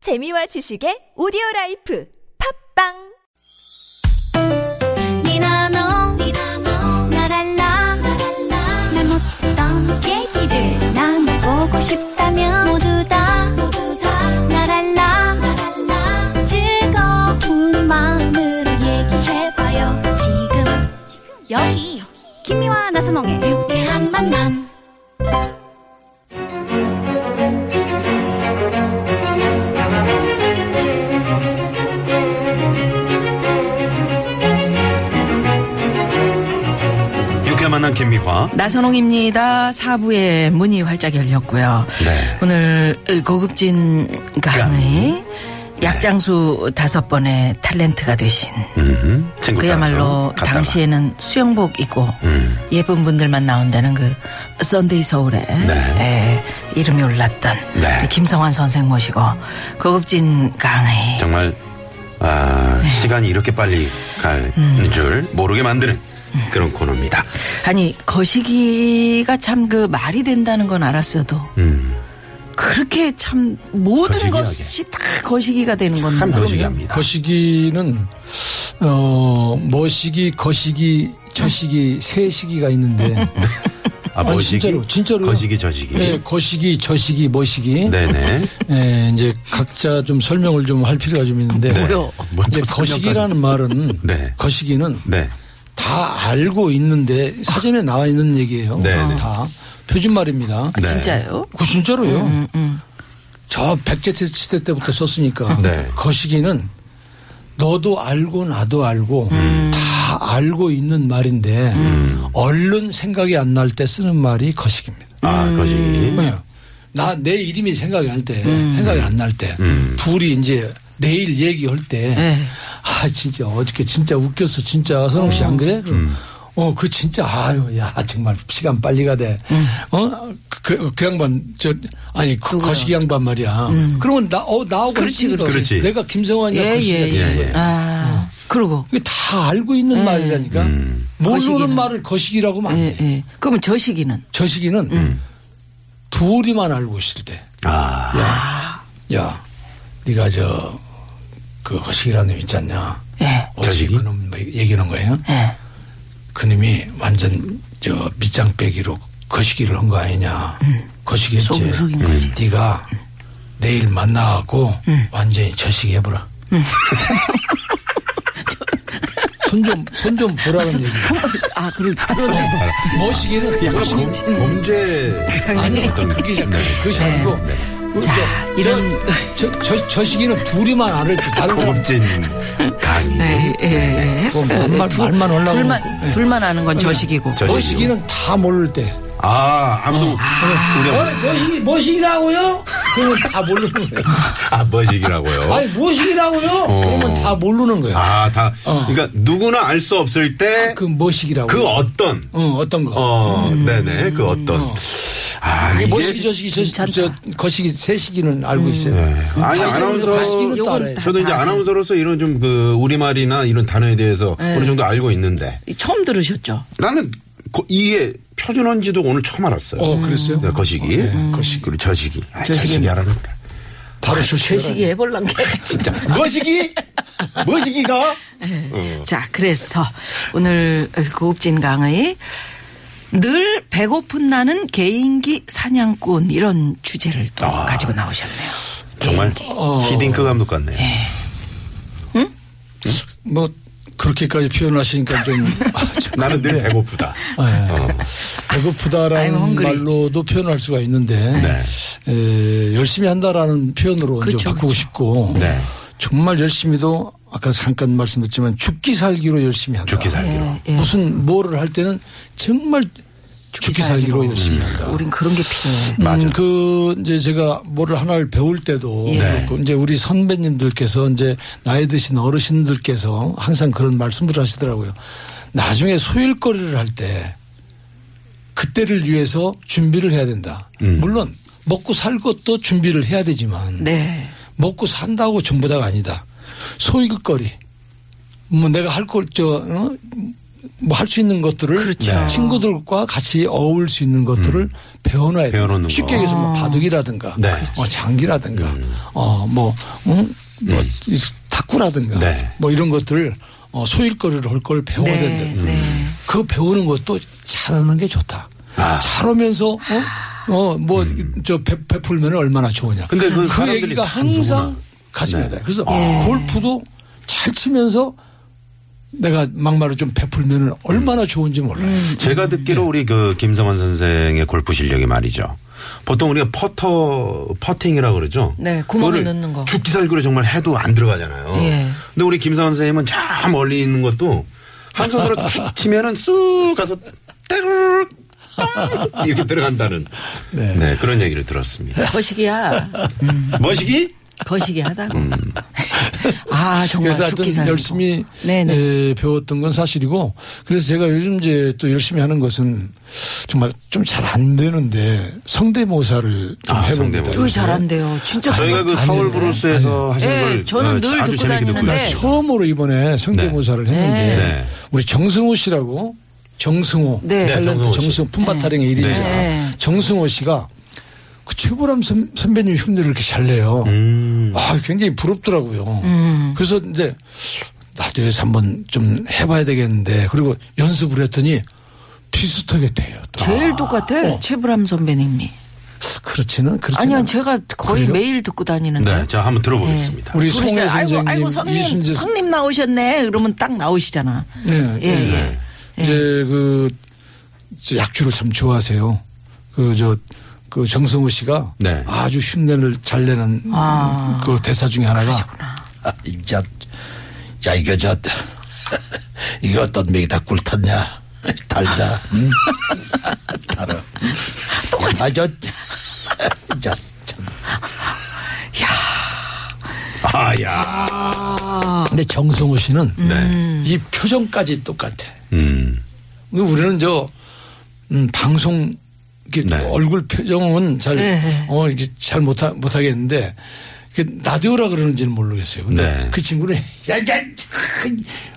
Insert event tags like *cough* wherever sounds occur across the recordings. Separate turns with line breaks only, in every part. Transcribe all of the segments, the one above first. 재미와 지식의 오디오 라이프 팝빵
니나 너, 날 알라, 말 못했던 얘기를 난 보고 싶다면 모두 다, 날 알라, 즐거운 마음으로 얘기해봐요. 지금, 여기, 김미와 나선홍의 유쾌한 만남.
유쾌 만난 김미화.
나선홍입니다. 사부의 문이 활짝 열렸고요.
네.
오늘 고급진 강의 약장수 다섯 번의 탤런트가 되신
음, 친구
그야말로
따라서 갔다가.
당시에는 수영복 입고
음.
예쁜 분들만 나온다는 그 썬데이 서울에 예, 이름이 올랐던
네.
우리 김성환 선생 모시고 고급진 강의
정말 아,
네.
시간이 이렇게 빨리 갈
음.
줄 모르게 만드는 그런 코너입니다.
아니 거시기가 참 그 말이 된다는 건 알았어도
음,
그렇게 참
거시기하게.
모든 것이 다 거시기가 되는 건데
참 거시기합니다.
거시기는 어 머시기, 거시기, 저시기 세 시기가
*laughs*
있는데
아,
아니,
머시기?
진짜로 진짜로
거시기, 저시기.
예, 거시기, 저시기, 머시기
*laughs*
네네.
예, 이제 각자 좀 설명을 좀 할 필요가 좀 있는데
뭐요?
이제
네. 먼저
거시기라는 말은
네.
거시기는
네.
다 알고 있는데 사전에 나와 있는 얘기예요.
네, 네.
다 표준말입니다.
아,
네.
진짜요?
그 진짜로요.
음.
저 백제 시대 때부터 썼으니까
네.
거시기는 너도 알고 나도 알고 다 알고 있는 말인데 얼른 생각이 안 날 때 쓰는 말이 거시기입니다.
아, 거시기.
왜요? 예. 나 내 이름이 생각이 날 때,
음.
생각이 안 날 때, 둘이 이제 내일 얘기할 때,
네.
아 진짜 어저께 진짜 웃겼어, 진짜 선홍 씨 안 그래? 그럼 어, 그 진짜 아유, 야 정말 시간 빨리 가대.
음.
어, 그, 그, 그 양반 저 아니 그 거시기 양반 말이야. 그러면 나, 어 나하고
음. 그렇지,
했으니까
그렇지.
내가 김성환이야
예,
그러니까 거시기.
예,
예,
예.
예.
아, 그러고.
이게 다 알고 있는 말이라니까. 모르는
거시기는.
말을 거시기라고 하면 안 돼.
예, 예. 그러면 저시기는?
저 시기는 둘이만 알고 있을 때.
아,
야, 네가 저, 그, 거시기라는 놈 있지 않냐.
예.
어제
거시기?
그놈 뭐 얘기하는 거예요.
예.
그놈이 완전 저 밑장빼기로 거시기를 한 거 아니냐. 거시기했지.
속이- 속인 거지.
네가 내일 만나갖고 완전히 저시기 해보라. *laughs* 손 좀, 손 좀 보라는 얘기.
*laughs* 아, 그러지. 그러지.
머시기는 뭐
약간 범, 범죄.
아니,
어떤
그게 잘,
네.
그것이 아니고.
자, 이런.
저, 저, 저 시기는 둘이만 알을 때 다른 사람
*laughs*
고급진 강의.
예, 예, 예. 했어요.
뭐 말만-
둘-
말만 올라오고.
둘만,
예.
둘만 아는 건 저시기고.
저-
머시기는다 모를 때.
아, 아무도. 우리
어, 머시기, 머시기라고요? 그러면 다 모르는 거예요.
아, 머시기라고요.
아니, 머시기라고요? 그러면 다 모르는 거예요.
어. 아, 다. 그러니까 누구나 알 수 없을 때
그
그
머시기라고.
어떤
어, 떤 거.
어, 네네, 그 어떤. 아, 이게.
머시기, 저시기, 저시기, 저, 거시기, 세시기는 알고 있어요.
네. 아니,
다
아나운서.
거시기는 또
요건
음. 알아요.
다-
저도 이제 아나운서로서 이런 좀 그 우리말이나 이런 단어에 대해서 어느 정도 알고 있는데
처음 들으셨죠?
나는 거- 이게 표준어인지도 오늘 처음 알았어요.
어, 그랬어요?
네, 거시기. 거시기. 그리고 저시기. 아,
저시기.
저시기 알아니까.
바로 저시기.
저시기 해볼란 게.
진짜. 머시기? 머시기가?
자, 그래서 오늘 고급진 강의 늘 배고픈 나는 개인기 사냥꾼 이런 주제를 또
아.
가지고 나오셨네요.
정말
개인기.
히딩크 감독 같네요.
뭐, 그렇게까지 표현하시니까 *laughs* 좀. 아, 참
나는 늘
그런데.
배고프다.
예.
어.
I'm
배고프다라는
hungry.
말로도 표현할 수가 있는데
네.
에, 열심히 한다라는 표현으로
그쵸,
이제 바꾸고
그쵸.
싶고
네.
정말 열심히도 아까 잠깐 말씀드렸지만 죽기 살기로 열심히 한다.
죽기 살기로.
예.
무슨 뭐를 할 때는 정말 죽기, 살기로, 열심히 한다.
음. 우린 그런 게 필요해.
음, 그 이제 제가 뭐를 하나를 배울 때도
예.
그렇고 이제 우리 선배님들께서 이제 나이 드신 어르신들께서 항상 그런 말씀을 하시더라고요. 나중에 소일거리를 할 때 그때를 위해서 준비를 해야 된다.
음.
물론 먹고 살 것도 준비를 해야 되지만
네.
먹고 산다고 그 전부 다가 아니다. 소일거리. 뭐 내가 할 걸 저 뭐 할 수 있는 것들을
그렇죠.
친구들과 같이 어울 수 있는 것들을 배워놔야 돼요.
음. 배워놓는
쉽게
거.
얘기해서
아.
뭐 바둑이라든가,
네. 음.
어, 장기라든가, 어, 뭐, 응? 뭐, 이 탁구라든가,
네.
뭐 이런 것들을 어, 소일거리를 할 걸 배워야
네,
된다.
네.
그 배우는 것도 잘하는 게 좋다.
아. 음.
잘하면서 어, 어, 뭐저 베풀면 얼마나 좋으냐.
근데 그
그
사람들이
얘기가
다
항상
그러구나.
가슴에
네.
돼. 그래서
예.
골프도 잘 치면서 내가 막말을 좀 베풀면 얼마나 좋은지 몰라요.
음.
제가 듣기로
네.
우리 그 김성환 선생의 골프 실력이 말이죠. 보통 우리가 퍼터 퍼팅이라고 그러죠.
네, 구멍을
그거를
넣는 거.
죽지살기로 정말 해도 안 들어가잖아요.
예.
근데 우리 김성환 선생님은 저 멀리 있는 것도 한 손으로 툭 치면은 쑥 가서 떼르륵 똥 이렇게 들어간다는 네. 그런 얘기를 들었습니다.
거시기야.
머시기?
거시기 하다고. 아, 정말
음. 그래서
죽기
하여튼
살고.
열심히 예.
네네.
에, 배웠던 건 사실이고 그래서 제가 요즘 이제 또 열심히 하는 것은 정말 좀 잘 안 되는데 성대모사를 좀
아,
해봅니다.
성대모사.
왜 잘한대요. 진짜
저희가 그 서울 브루스에서 하신
예,
걸
저는
어,
늘
아주
듣고
재밌게 듣고
다니는데.
나
있어요.
처음으로 이번에 성대모사를 했는데
네.
우리 정승호 씨라고 정승호
네. 네,
탤런트
정승호 씨.
정승호 품바타령의 일인자
네.
정승호 씨가 그 최보람 선, 선배님 흉내를 이렇게 잘 내요.
음.
아, 굉장히 부럽더라고요.
음.
그래서 이제 나도 여기서 한번 좀 해봐야 되겠는데 그리고 연습을 했더니 비슷하게 돼요. 또.
제일 똑같아.
어.
최불암 선배님이.
그렇지는 그렇지는
아니요,
않-
제가 거의
그래요?
매일 듣고 다니는데.
네, 자 한번 들어보겠습니다.
우리
부르시죠.
송혜
아이고,
선생님,
아이고, 성님,
이순재 선-
성님 나오셨네. 그러면 딱 나오시잖아.
네,
예,
예.
예.
이제 그 이제 약주를 참 좋아하세요. 그 저 그 정성호 씨가
네.
아주 흉내를 잘 내는
아.
그 대사 중에 하나가
아, 자, 야, 이거 저, *laughs* 이거 어떤 맥이 다 꿀탔냐? *laughs* 달다. 응? *laughs* 달아. 똑같이. 아, 저, *laughs* 자, 참.
아야.
근데 정성호 씨는
네.
이 표정까지 똑같아.
음.
우리는 저 음, 방송 이렇게
네.
얼굴 표정은 잘
예, 예.
어, 이렇게 잘 못하, 못하겠는데 그 라디오라 그러는지는 모르겠어요. 근데
네.
그 친구는 *laughs* 야, 야,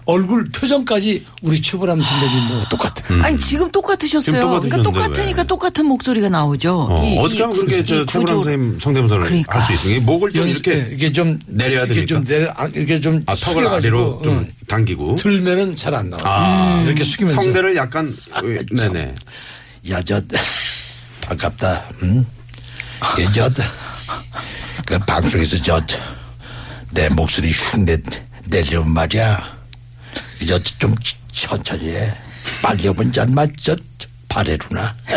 얼굴 표정까지 우리 최보람 선배님하고 뭐 똑같아.
음.
요
아니 지금 똑같으셨어요.
지금
그러니까
똑같으셨는데
똑같으니까
왜?
똑같은 목소리가 나오죠.
어,
이-
어떻게
이
하면 그렇게
구-
저
이
최불암
구조-
선생님 성대모사를
그러니까.
할 수 있으니 목을 좀 이렇게
예, 이게 좀
내려야
이게 좀
됩니까?
내려 아, 이게 좀
아, 턱을
숙여가지고,
아래로 좀
어,
당기고
들면은 잘 안 나와.
아.
이렇게 숙이면서
성대를 약간 네네
야, 저, 반갑다. 응? 예, 저, 그 방송에서 저, 내 목소리 흉내 내려면 말이야. 저, 좀 천천히 해. 빨리 오면 잔마, 저, 바래루나.
*laughs*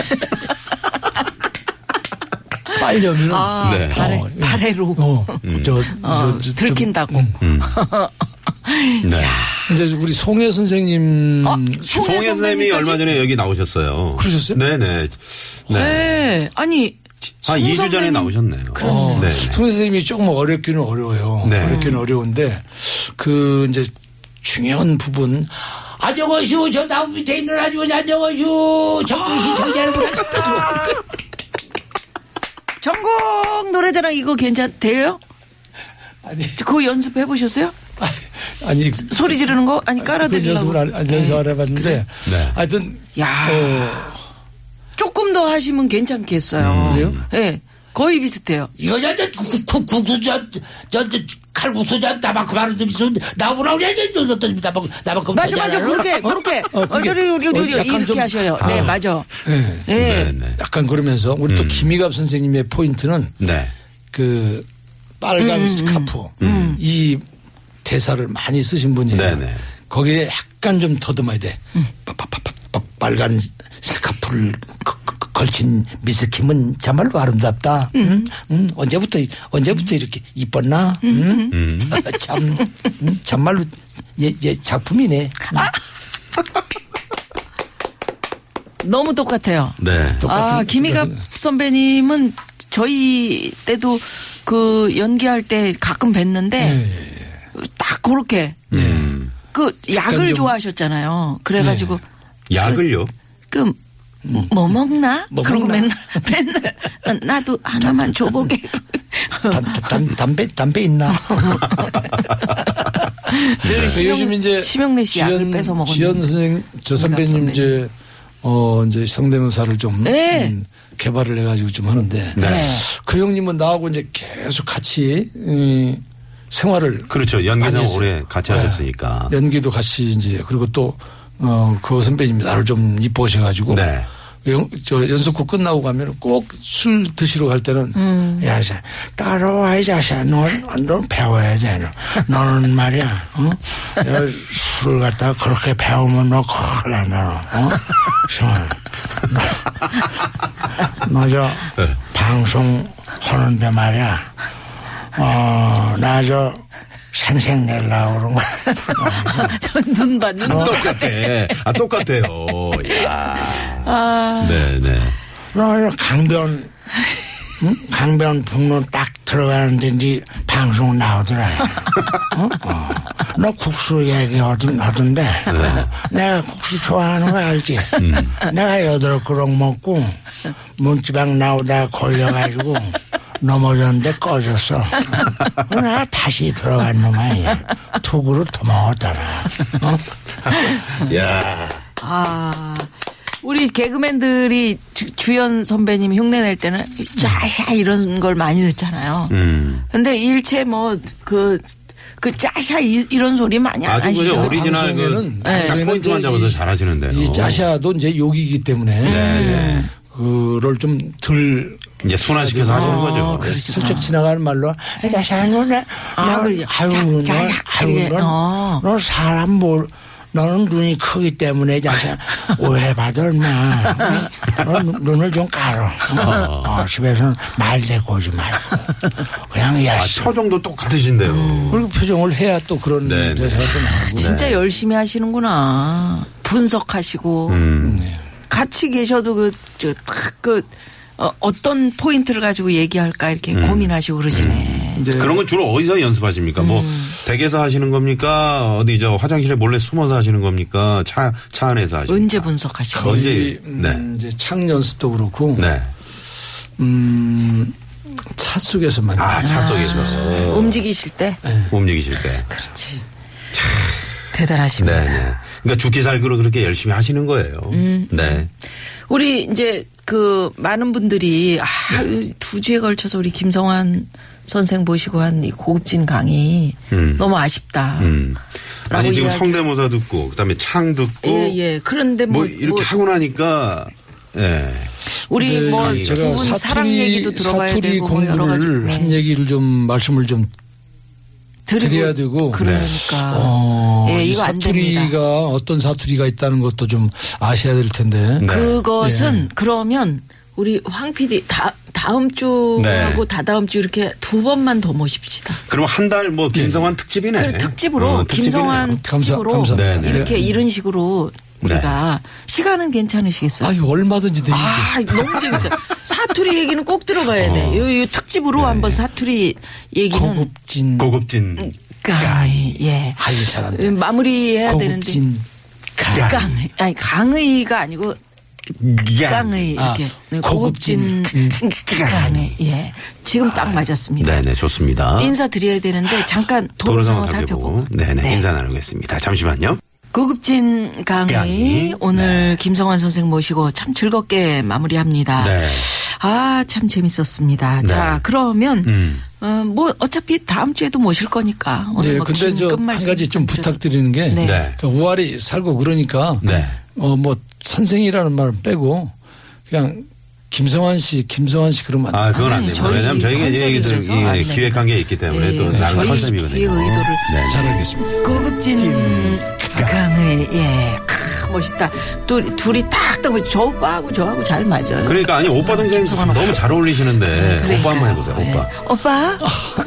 빨려면
아,
네.
발에,
어, 예.
발에로
어, 저,
어,
저, 저, 저,
들킨다고.
네.
이제 우리 송혜 선생님
아, 어?
송혜 선생님이 얼마 전에 여기 나오셨어요.
그러셨어요?
네네. 네.
네. 아니
한
송
2주 전에
선배님-
나오셨네요.
어,
네.
손 선생님이 조금 어렵기는 어려워요.
네.
어렵기는 어려운데 그 이제 중요한 부분
안녕하시오. 저 나무 밑에 있는 아주 안녕하시오. 정부 시청자 여러분.
전국 노래자랑 이거 괜찮대요?
아니
그거 연습해 보셨어요?
아니
소리 지르는 거 아니
그
깔아드리려고.
연습을 안, 안- 연습 안 해봤는데
네.
하여튼
야.
어,
네. 조금 더 하시면 괜찮겠어요.
그래요?
네. 거의 비슷해요.
이거 저, 저, 국, 국수, 저, 저, 저, 칼국수, 저, 나만큼 하는 데 있으면 나오라 그래. 저, 저, 저, 나만큼, 나만큼.
맞아
되잖아.
맞아 그렇게 그렇게
어, 그게-
어, 요리, 요리, 요리,
어, 약간
이렇게
좀-
하셔요. 네 맞아.
네.
네.
네네.
약간 그러면서 우리
음.
또 김희갑 선생님의 포인트는
네.
그 빨간 스카프 이 대사를 많이 쓰신 분이에요.
음. 네네.
거기에 약간 좀 더듬어야 돼. 빡빡빡빡 빨간 스카프를 거- 거- 거- 걸친 미스킴은 정말로 아름답다. 음, 음, 언제부터 이- 언제부터 이렇게 이뻤나? 음, *laughs* 참 음, 정말로 얘, 얘 작품이네. 음,
너무 똑같아요.
네.
아, 김희갑 선배님은 저희 때도 그 연기할 때 가끔 뵀는데 딱 그렇게
음.
그 약을
좀-
좋아하셨잖아요. 그래가지고
약을요?
그 뭐 먹나?
뭐
그러고
먹나?
맨날 맨날 *laughs* 나도 하나만 줘보게. *laughs*
담, 담, 담배 담배 있나?
늘 심형,
네, 요즘 이제
심형래 씨 약을 뺏어 먹었는데.
지연 선생 저
이갑
선배님
선배님.
이제 어 이제 성대모사를 좀
네.
음, 개발을 해가지고 좀 하는데
네.
그 형님은 나하고 이제 계속 같이 음, 생활을
그렇죠.
많이
연기상
했어요.
오래 같이 하셨으니까.
연기도 같이 이제 그리고 또어그 선배님이 나를 좀 이뻐하셔가지고
네.
연, 저 연속곡 끝나고 가면 꼭 술 드시러 갈 때는 야, 자, 따라와 이 자식아, 넌넌 배워야 돼. 너. 너는 말이야, 어? 야, 술을 갖다가 그렇게 배우면 너 큰일 난다. 너. 어? 정말. 너저
네.
방송 하는데 말이야. 어, 나 저 생생 내려고 그런 거.
*laughs* 전눈 받는 거.
똑같아. 아, 똑같아요. 야. 네, 네.
너 어, 강변 응? 강변 북로 딱 들어가는데 니 방송 나오더라. 어? 어. 너 국수 얘기하던 하던데 내가 국수 좋아하는 거 알지? 내가 여덟 그릇 먹고 문지방 나오다가 걸려가지고 넘어졌는데 꺼졌어. 그래 내가 다시 들어간 놈 아니야. 두 그릇 더 먹었잖아. 어?
야.
아, 우리 개그맨들이 주, 주연 선배님 흉내 낼 때는 짜샤 이런 걸 많이 넣잖아요.
음.
근데 일체 뭐 그 그 짜샤 이, 이런 소리 많이 안
아주
하시죠.
그냥 오리지널
방송에는
그, 딱
방송에는
포인트만
이제
잡아서
이-
잘 하시는데요. 네,
이 자샤도 이제 욕이기 때문에 그를 좀덜
이제 순화시켜서 하시는 거죠.
슬쩍 지나가는 말로 "아, 자샤는 너,
그렇죠. 아,
너,
그래요.
아유
자,
너,
자야,
아유
그래, 어.
너, 너 사람 뭘 너는 눈이 크기
*laughs*
때문에 자샤 오해받아 얼마 너 눈- 눈을 좀 깔어 어, 집에서는 말 대고 오지 말고 그냥
아,
야시
처정도 똑같으신데요.
그리고 표정을 해야 또 그런
네, 네.
대사도 나오고
진짜 열심히 하시는구나. 분석하시고
음. 네.
같이 계셔도 그, 그저딱그 어, 어떤 포인트를 가지고 얘기할까 이렇게
음.
고민하시고 그러시네.
이제
그런 건 주로 어디서 연습하십니까? 뭐
음.
댁에서 하시는 겁니까? 어디 저 화장실에 몰래 숨어서 하시는 겁니까? 차 차 안에서 하십니까?
언제 분석하시고?
거의-
이,
이제,
음,
네.
이제 창 연습도 그렇고
네.
음, 차 속에서 만나.
아, 차 속에서 음.
움직이실 때?
네. 움직이실 때.
그렇지.
네,
대단하십니다.
네. 그러니까 죽기 살기로 그렇게 열심히 하시는 거예요.
음.
네.
우리 이제 그 많은 분들이 아,
네.
두 주에 걸쳐서 우리 김성환 선생 모시고 한 이 고급진 강의
음.
너무 아쉽다.
음.
라고
아니 지금
이야기-
성대모사 듣고 그다음에 창 듣고
예, 예. 그런데
뭐
뭐,
이렇게
뭐
하고 나니까 예.
우리
근데
뭐 두
제가
분
네, 그 사투리-
사랑 얘기도 들어봐야
사투리
되고 뭐
공부를
여러 가지
한
네.
얘기를 좀 말씀을 좀
드리고-
드려야 되고.
그러니까
어,
예,
이
이거 안 됩니다.
사투리가 어떤 사투리가 있다는 것도 좀 아셔야 될 텐데.
네.
그것은
예.
그러면 우리 황 PD 다 다음 주하고
네.
다다음 주 이렇게 두 번만 더 모십시다.
그럼 한 달 뭐 김성환 특집이네.
예. 그래, 특집으로
어, 특집이네요.
김성환
감사-
특집으로
감사합니다. 네.
네, 네.
이렇게 이런 식으로 우리가 시간은 괜찮으시겠어요?
아니 얼마든지 되지.
아, 너무 재밌어요. 사투리 얘기는 꼭 들어봐야 돼. 요, 요 특집으로 한번 사투리 얘기는
네. 고급진.
고급진
음, 강의 예.
아유 잘한다.
마무리해야 되는데
고급진. 강.
강의 아니 강의가 아니고 강의
아,
이렇게 네,
고급진
고급진 강의 예. 지금 딱 맞았습니다.
네, 네, 좋습니다.
인사 드려야 되는데 잠깐 도로 상황 살펴보고
네, 네,
네.
인사 나누겠습니다. 잠시만요.
고급진 강의,
강의.
오늘 김성환 선생 모시고 참 즐겁게 마무리합니다.
네.
아, 참 재밌었습니다. 자, 그러면 어, 뭐 어차피 다음 주에도 모실 거니까 오늘
네,
뭐
근데
긴
저한
끝말씀
가지 좀
드려도-
부탁드리는 게
네.
네.
그 우아리 살고 그러니까
네.
어 뭐 선생이라는 말은 빼고 그냥 김성환 씨, 김성환 씨 그러면 안
아, 그건 안
아니,
됩니다.
저희
왜냐면 저희가 이제 이게
컨셉이셔서
좀, 예,
안 됩니다.
기획한 게 있기 때문에
예,
또
예.
나름
저희
컨셉이거든요.
기획 의도를
네,
잘 알겠습니다.
고급진 강의 예. 크, 멋있다. 둘, 둘이 딱딱 멋있- 저 오빠하고 저하고 잘 맞아요.
그러니까 아니 오빠 동생
네, 김성환 오빠.
너무 잘 어울리시는데 네, 오빠 한번
그러니까요.
해보세요. 오빠.
네.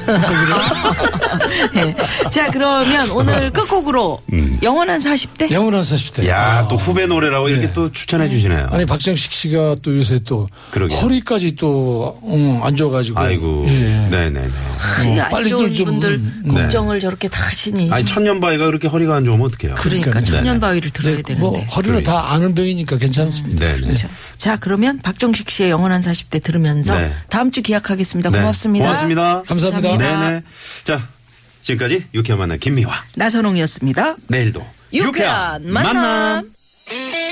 오빠. *laughs* 네. 자 그러면 오늘 끝곡으로 영원한 40대.
영원한
네.
40대.
야
어.
또 후배 노래라고 이렇게
네.
또 추천해 주시네요.
아니 박정식 씨가 또 요새 또
그러게요.
허리까지 또 음, 안 좋아가지고
아이고,
예.
네네네.
그 안
빨리들
좋은
좀,
분들
음,
걱정을 저렇게 다 하시니.
아니 천년바위가 그렇게 허리가 안 좋으면 어떡해요? 네,
그러니까
그러니까요.
천년바위를 들어야
이제
되는데.
뭐 허리를 다 아는 병이니까 괜찮습니다.
네네.
그렇죠. 자 그러면 박정식 씨의 영원한 40대 들으면서
네.
다음 주 기약하겠습니다.
네.
고맙습니다.
고맙습니다.
감사합니다.
네네. 자 지금까지 유쾌한 만남 김미화.
나선홍이었습니다.
내일도
유쾌한 만남.
만남.